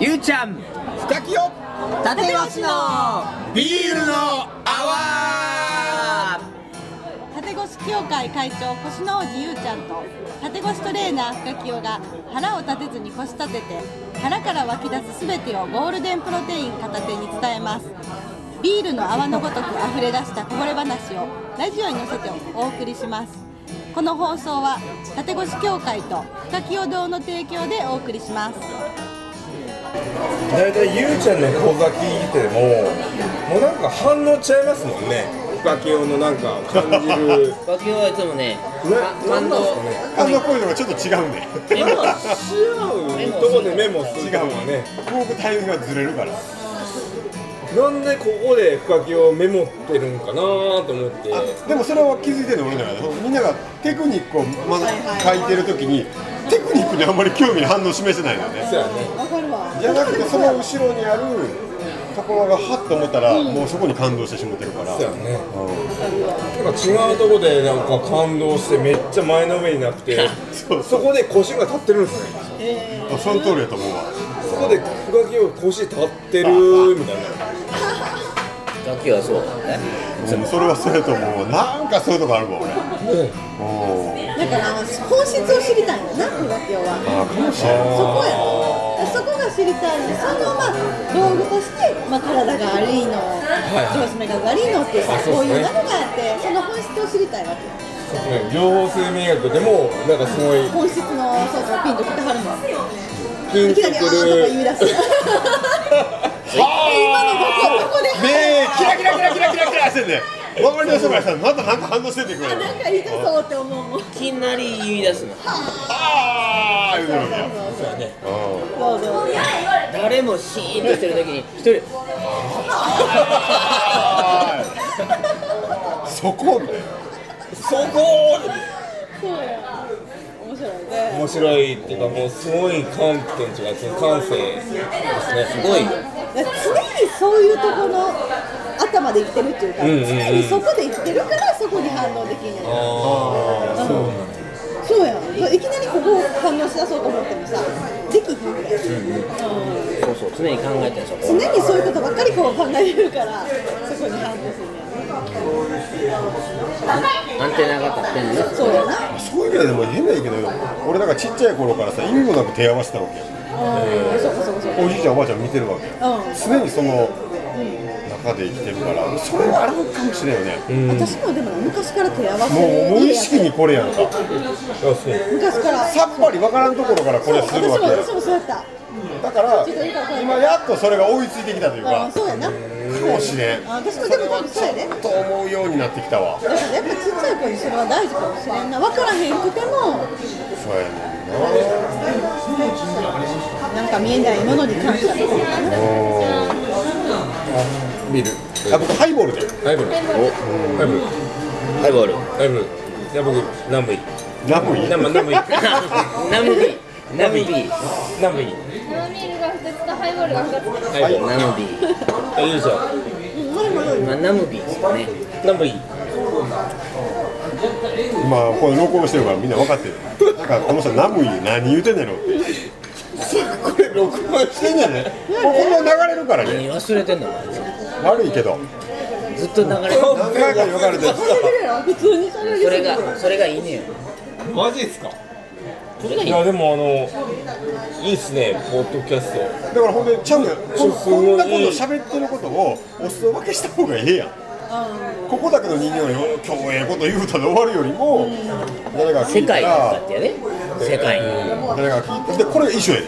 ゆうちゃん深きよ立て越しのビールの泡縦越し協会会長腰の王子ゆうちゃんと縦越しトレーナー深清が腹を立てずに腰立てて腹から湧き出す全てをゴールデンプロテイン片手に伝えますビールの泡のごとく溢れ出したこぼれ話をラジオに乗せてお送りしますこの放送は縦越し協会と深清堂の提供でお送りします大体ゆうちゃんの講座聞いてももうなんか反応ちゃいますもんね深きよのなんか感じる和牛はいつもね な感動あんな声のがちょっと違うねでも違うとこでメモするのはねこうタイミングがずれるからなんでここで深きよメモってるんかなと思ってでもそれは気づいてるの俺の中でみんながテクニックをまず書いてるときにテクニックにあんまり興味の反応を示してないのよねそうやねわかるわじゃなくてその後ろにあるところがハッと思ったら、もうそこに感動してしまってるからそうやねなんか違うとこでなんか感動してめっちゃ前のめりになって そうそこで腰が立ってるんですねあその通りだと思うわそこで深きよ腰立ってるみたいな和牛はそうだねうんそれはそれと思うわなんかそういうとこあるわ俺だから本質を知りたいんだな、今日は。あかもしれないそこやそこが知りたいのそのまあ道具として、まあ、体が悪いの、調子目が悪いのってさこういうのがあってその本質を知りたいわけよ両方生命学でもなんかすごい本質のそうそうピンときてはるのピンいときくなり「あー」とかる言い出す 今のどこどこでねえキラキラキラキラキラキラしてんね周りの人からさまたなんか反応しててくれるなんか言い出 そうって思うもんいきなり言い出すのああ言うてるわけやそうそう誰もシーンとしてる時に一人そこみたいなそこそうや面白いね面白いっていうかもうすごい観点違うその感性ですねすごい常にそういうところの頭で生きてるっていうか、常にそこで生きてるからそこに反応できんやんあそうやんいきなりここを反応しだそうと思ってもさできひんぐらい、そうそう常に考えてるんですよ常にそういうことばっかりこう考えてるからそこに反応するんやんアンテナが立ってんのねそうやなそういう意味ではでも変な言いけど俺なんかちっちゃい頃からさ意味もなく手合わせたわけようんそうかそうかそうかおじいちゃんおばあちゃん見てるわけようん常にその中で生きてるからそれはあるのかもしれんよね私もでも昔から手合わせるもう無意識にこれやんかあそう昔からさっぱりわからんところからこれするわけそう私も私よもそうやった、だから今やっとそれが追いついてきたといううんかそうやなかもしれんあ私もでも多分そうやで、と思うようになってきたわだからやっぱちっちゃい子にそれは大事かもしれんな分からへんくてもそうやねんななんか見えないものに感謝ですよビールあ僕ハイボールでハイブルハイブルハイボールハイブルじゃあ僕ナムイラムいいナムナムイ ナムビーナムビーナムイ生ビールが2つとハイボールが2つハイブルナムビーあゆうちゃん今ナムビーですよねナムイまあこれ録音してるからみんな分かってるなんかこの人ナムイ何言うてんねんのってこれ録音してんじゃねもうこの流れるからね何忘れてんのお前悪いけどずっと流れてる何回か言われてる普通にそれそれがそれがいいねよマジですかそれがいいいやでもあのいいっすねポッドキャストだからほんでちゃんとこすごいこんなこと喋ってることをお裾分けした方がええやんここだけの人間を今日ええこと言うたで終わるよりも誰が聞世いた界に向からってやで世界に誰が聞いたでこれ一緒やで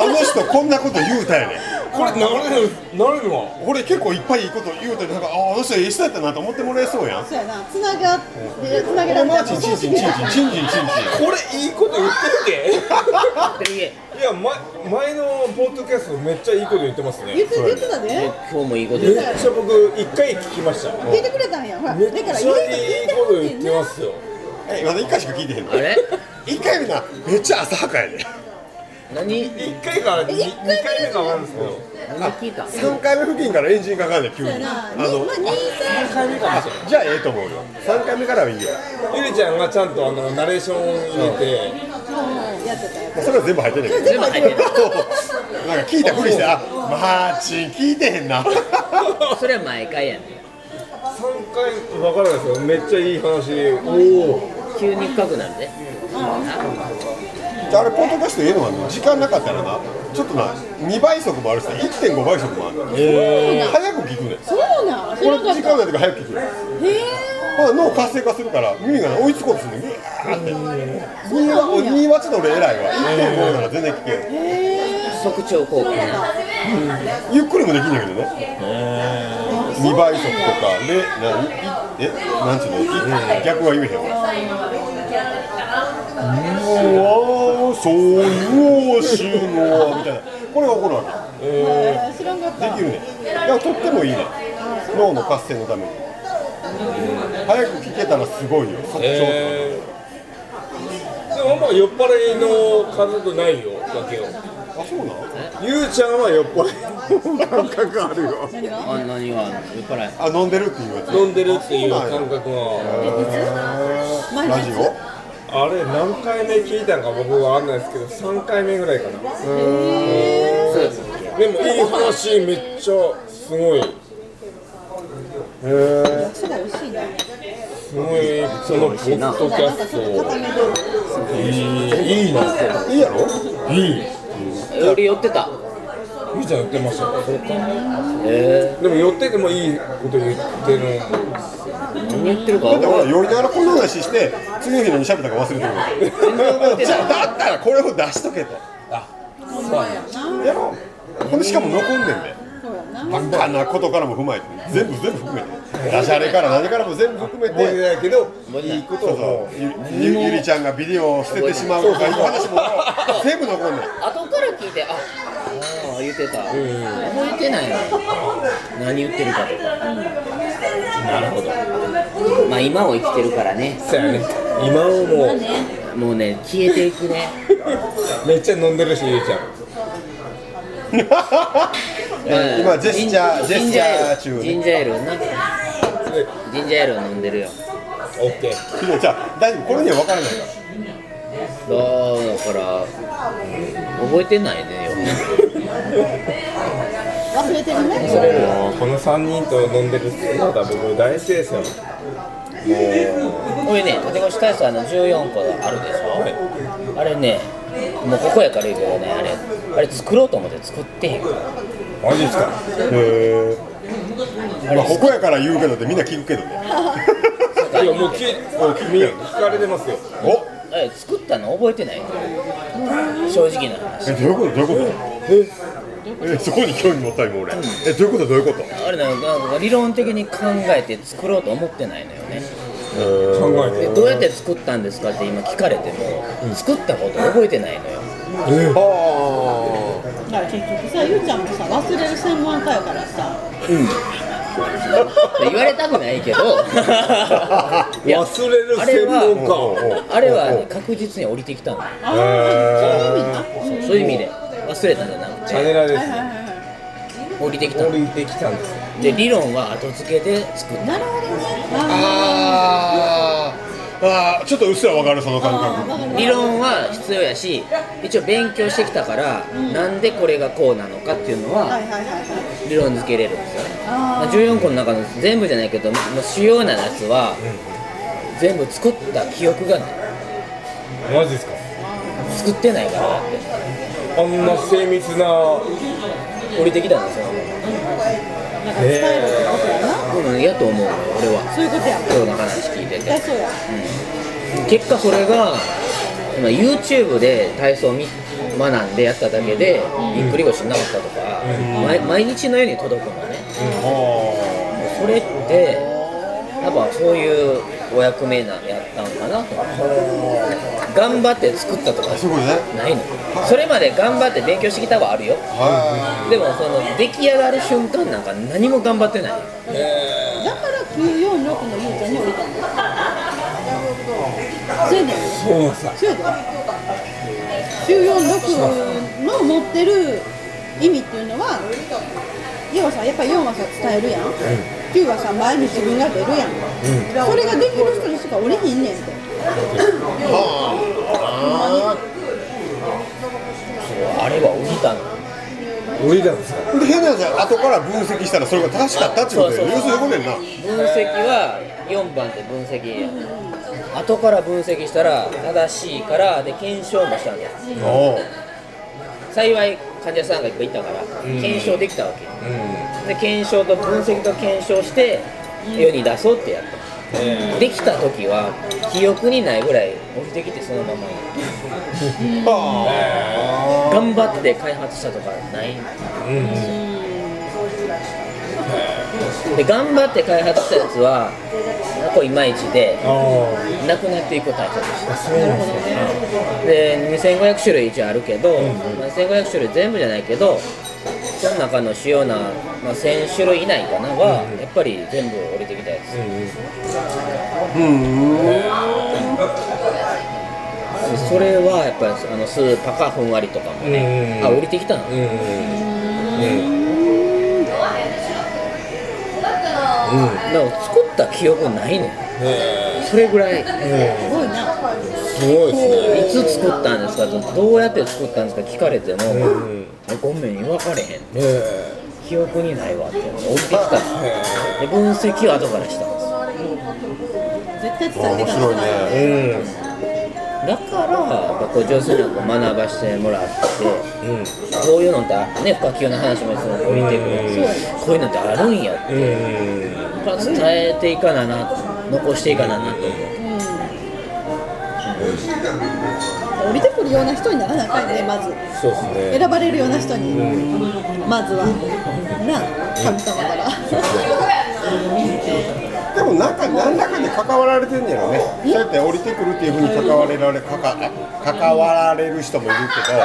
あの人こんなこと言うたやねんこれなれるなれるわ俺結構いっぱいいいこと言うてなんかああの人ええ人やったなと思ってもらえそうやんそうやな、つながって、つなげら俺れたマジチンチンチンチンチンチンチンチこれいいこと言ってるでいえでいや前前のポッドキャストめっちゃいいこと言ってます言ねって、言ってたで、今日もいいことめっ言ちうゃ僕一回聞きました聞いてくれたんや、ほら、めだっちから、。ゃいいこと言ってますすよンえまだ一回しか聞いてへんのあれ一回目なめっちゃ浅はかやで何一回から二一回目二回目かわかるんですけど何聞いた三回目付近からエンジンかかんねん急にそうやな、あに、まあ、の二二回目かもしれないじゃあええと思うよ三回目からはいいよゆりちゃんがちゃんとあのナレーションを入れて三、やってたよ。それは全部入ってないけど全部入ってる。なんか聞いたふりしてあマーチン聞いてへんなそれは毎回やね3回分からないですけどめっちゃいい話おお急に深くなるね。あれポッドキャストええのはね時間なかったらなちょっとな2倍速もあるしさ1.5倍速もある早く聞くねんそうなん。知こられなかっ時間ないとか早く聞くねんた。へえ。まあ脳活性化するから耳がね追いつこうとするのギャーって2はお2はちょっと俺偉いわ1.5なら全然聞ける速聴効果ね。ゆっくりもできんだけどね2倍速とかで何えなんちゅうのい逆は言えへんわうわーそういうしゅうのはみたいなこれが起こるわへー知らんかっけでたき。るねいやとってもいいね脳の活性のために早く聞けたらすごいよ速聴とかえー、でもあんま酔っ払いの感覚ないよだけよあそうなのゆうちゃんは酔っ払いの感覚あるよ何が？あんなには酔っ払い。あ飲んでるっていうやつ飲んでるっていう感覚が前ラジオあれ何回目聞いたんか僕はあんないですけど3回目ぐらいかなでもいい話めっちゃすごい焼きそば美味しいな。すごいそのポッドキャなんかスちょっとト固めで。いいいいないいやろいいより寄ってた。ゆうちゃん言ってましたよえでも寄っててもいいこと言ってるんですえ何言ってるかだって覚え俺寄りながらこんな話して次の日何喋ったか忘れてるじゃあだったらこれを出しとけとやろほんでしかも残んねんでそうやな。バカなことからも踏まえて全部全部含めてダジャレから何からも全部含め覚えててないけどないいいことそをうもそうゆゆゆりちゃんがビデオを捨ててしまうとかいう話も全部残んねん後から聞いて、あ、ああ言ってた。覚えてないわ。何言ってるかとか。なるほど。まあ今を生きてるからね。そうやね今をもうもうね消えていくね。めっちゃ飲んでるしゆうちゃんう ん今ジェスチャージンジジェスチャーエャーー中ル。ジンジャーエールな。でジンジャーエールを飲んでるよ。オッケーいやじゃあ大丈夫これには分からないからだから覚えてないね忘れてるね。もうこの3人と飲んでるってまだ僕大好きですよこれね立越体操あの14個あるでしょ、あれねもうここやからいいけどねあれあれ作ろうと思って作ってへんからマジですかへえまあここやから言うけどってみんな聞くけどねいやもう聞いもう君聞かれてますよおあれ作ったの覚えてない正直な話えどういうことどういうことええそこに興味持った今俺えどういうことどういうことあれなんかなんか理論的に考えて作ろうと思ってないのよね考えでてどうやって作ったんですかって今聞かれても作ったこと覚えてないのよだから結局さ、ゆうちゃんもさ、忘れる専門家やからさ。で言われたくない けどいや忘れるあれ専は門おうおう家あれはね、確実に降りてきたのよああ、そういう意味な。そうそういう意味で忘れたんじゃなくチャてネラではいはいすはいは降りてきたの降りてきたんですよで理論は後付けで作っい。なるほどね。あーあーちょっとうっすら分かるその感あ覚あ、わかるた理論は必要やし一応勉強してきたから、なんでこれがこうなのかっていうのはいははいはいはい。理論付けれるんですよねあ14個の中の全部じゃないけどもう主要なやつは全部作った記憶がないマジですか作ってないからだってあんな精密な降りてきたんですよ、あ、なんか伝えるってことやうな。ん、やと思うのよ俺はそういうことや。今日の話聞いててだそうや。結果それが今 YouTube で体操を見学んでやっただけでぎっくり腰になかったとか、毎毎日のように届くのね、それってやっぱそういうお役目なやったんかなと思って頑張って作ったとかそういうことねないのそれまで頑張って勉強してきたはあるよはでもその出来上がる瞬間なんか何も頑張ってないだから九四六のゆうちゃんに降りたんだ。そうやねん。そうなんさそうやで。九四六の持ってる意味っていうのは、要はさ、やっぱり四はさ伝えるやん。九、はさ前に自分が出るやん。それができる人にしか降りひんねんって。いはあれは降りたの降りたんですかで変なやつは後から分析したらそれが正しかったっていうことでそうそう要すそうるにこねんな分析は4番で分析や後から分析したら正しいからで検証もしたんですおう幸い患者さんがいっぱいいたからん検証できたわけうんで検証と分析と検証して世に出そうってやったえできた時は記憶にないぐらい降りてきてそのま まあ頑張って開発したとかないーうんで頑張って開発したやつはなんかいまいちであなくなっていくタイプですあそうなんですかで2500種類一応あるけど、まあ、1500種類全部じゃないけどその中の主要な、まあ、1000種類以内かなは、やっぱり全部降りてきたやうんうんーうんつ、でそれはやっぱりあのスーパかふんわりとかもね、うあん降りてきたの、うんうんうんだから作った記憶ないねんねそれぐらいいえすごいなすごいですねつ作ったんですかとどうやって作ったんですか聞かれても、うんねごめん分かれへんえ記憶にないわって降りてきたのねで分析は後からしたんです絶対伝えて面たの白いかなねえだからやっぱこう上手にこう学ばしてもらってうんうんこういうのってあね不可及の話もいつも降りてくるうんこういうのってあるんやってうんやっぱ伝えていかなな残していかななと思う降りてくるような人にならなあかんねまずそうですね選ばれるような人に、まずはな神様からでもなんか何らかに関わられてんねやろねそうやって降りてくるっていうふうに関われられかか関わられる人もいるけど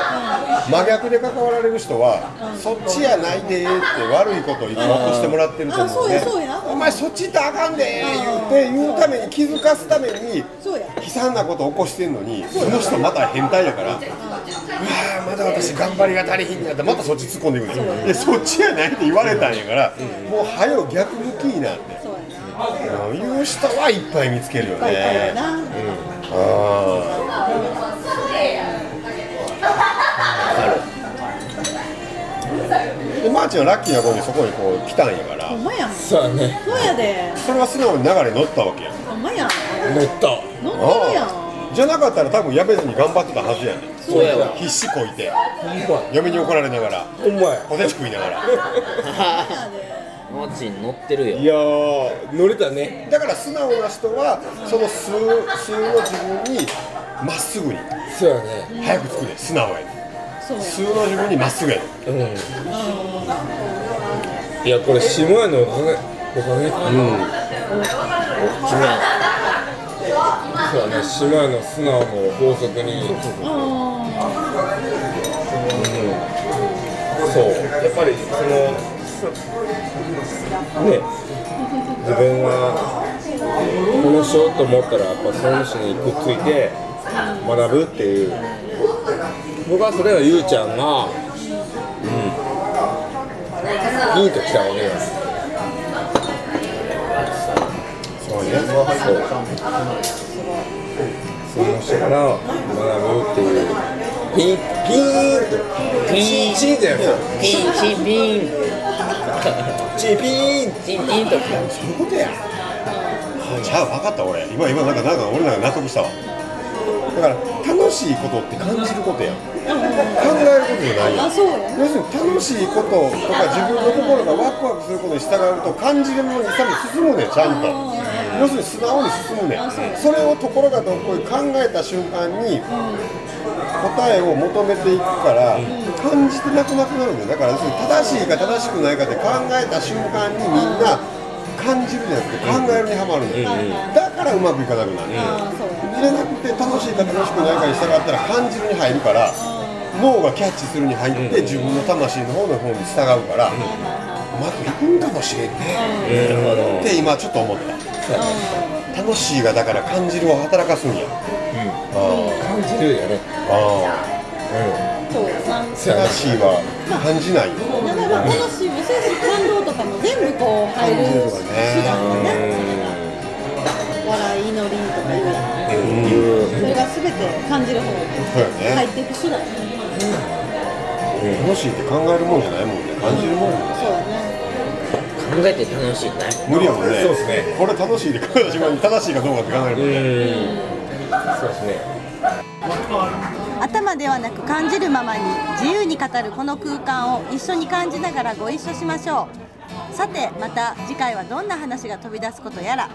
真逆で関わられる人はそっちやないでーって悪いことを言おうとしてもらってると思うあねーあーそうやそうやお前そっち行ったらあかんでー言うて言うために気づかすためにそうや悲惨なこと起こしてんのにその人また変態やからうわーまだ私頑張りが足りひんやったまたそっち突っ込んでいくねんでそっちやないって言われたんやからもう早う逆向きになって。そうやないう人はいっぱい見つけるよバイバイやね。な、あーでマーチはラッキーな子にそこにこう来たんやからほんまやんそうやねそうやでそれは素直に流れに乗ったわけやんほんまやん乗った乗ってるやあんーじゃなかったら多分やべずに頑張ってたはずやねんそうやわ必死こいてほんまや嫁に怒られながらほんまやポテチ食いながらマーチン乗ってるよいやー乗れたねだから素直な人はその数数の自分にまっすぐにそうやね早く作れ素直やねそうや数の自分にまっすぐやねうんいやこれ下屋のおかげおかげうん君はそうやね下屋の素直の法則にそうやっぱりそのね自分はこの人と思ったらやっぱその人にくっついて学ぶっていう僕はそれはゆうちゃんがうんいいときたわけなんですそうねそうその人から学ぶっていうピンピーンとピーンチンじゃないですかピンチンピンチピーンチンピンときそういうことやじゃあ分かった俺今今なんかなんか俺なんか納得したわだから楽しいことって感じることやん考えることじゃないやんあそうや要するに楽しいこととか自分の心がワクワクすることに従うと感じるものに多分進むねんちゃんと要するに素直に進むねんそれをところがどっこい考えた瞬間に答えを求めていくから感じてなくなくなるんだよだから要するに正しいか正しくないかって考えた瞬間にみんな感じるじゃなくて考えるにはまるんだよだからうまくいかなくなるあそうやじゃなくて楽しいか楽しくないかに従ったら感じるに入るから脳がキャッチするに入って自分の魂の方の方に従うからうまくいくんかもしれんねなるほどって今ちょっと思った楽しいがだから感じるを働かすんやあ感じるよねああそうやなあそうやね正しいは感じないよだから楽しいもそうやし感動とかも全部こう入る手段がね笑い祈りとかいううんそれが全て感じる方そうや入ねっていく手段楽しいって考えるもんじゃないもんね感じるもんねそうだね考えて楽しいんだよ無理やもんねそうっすねこれ楽 しいって考えた瞬間に正しいかどうかって考えるもんねそうですね頭ではなく感じるままに自由に語るこの空間を一緒に感じながらご一緒しましょうさてまた次回はどんな話が飛び出すことやら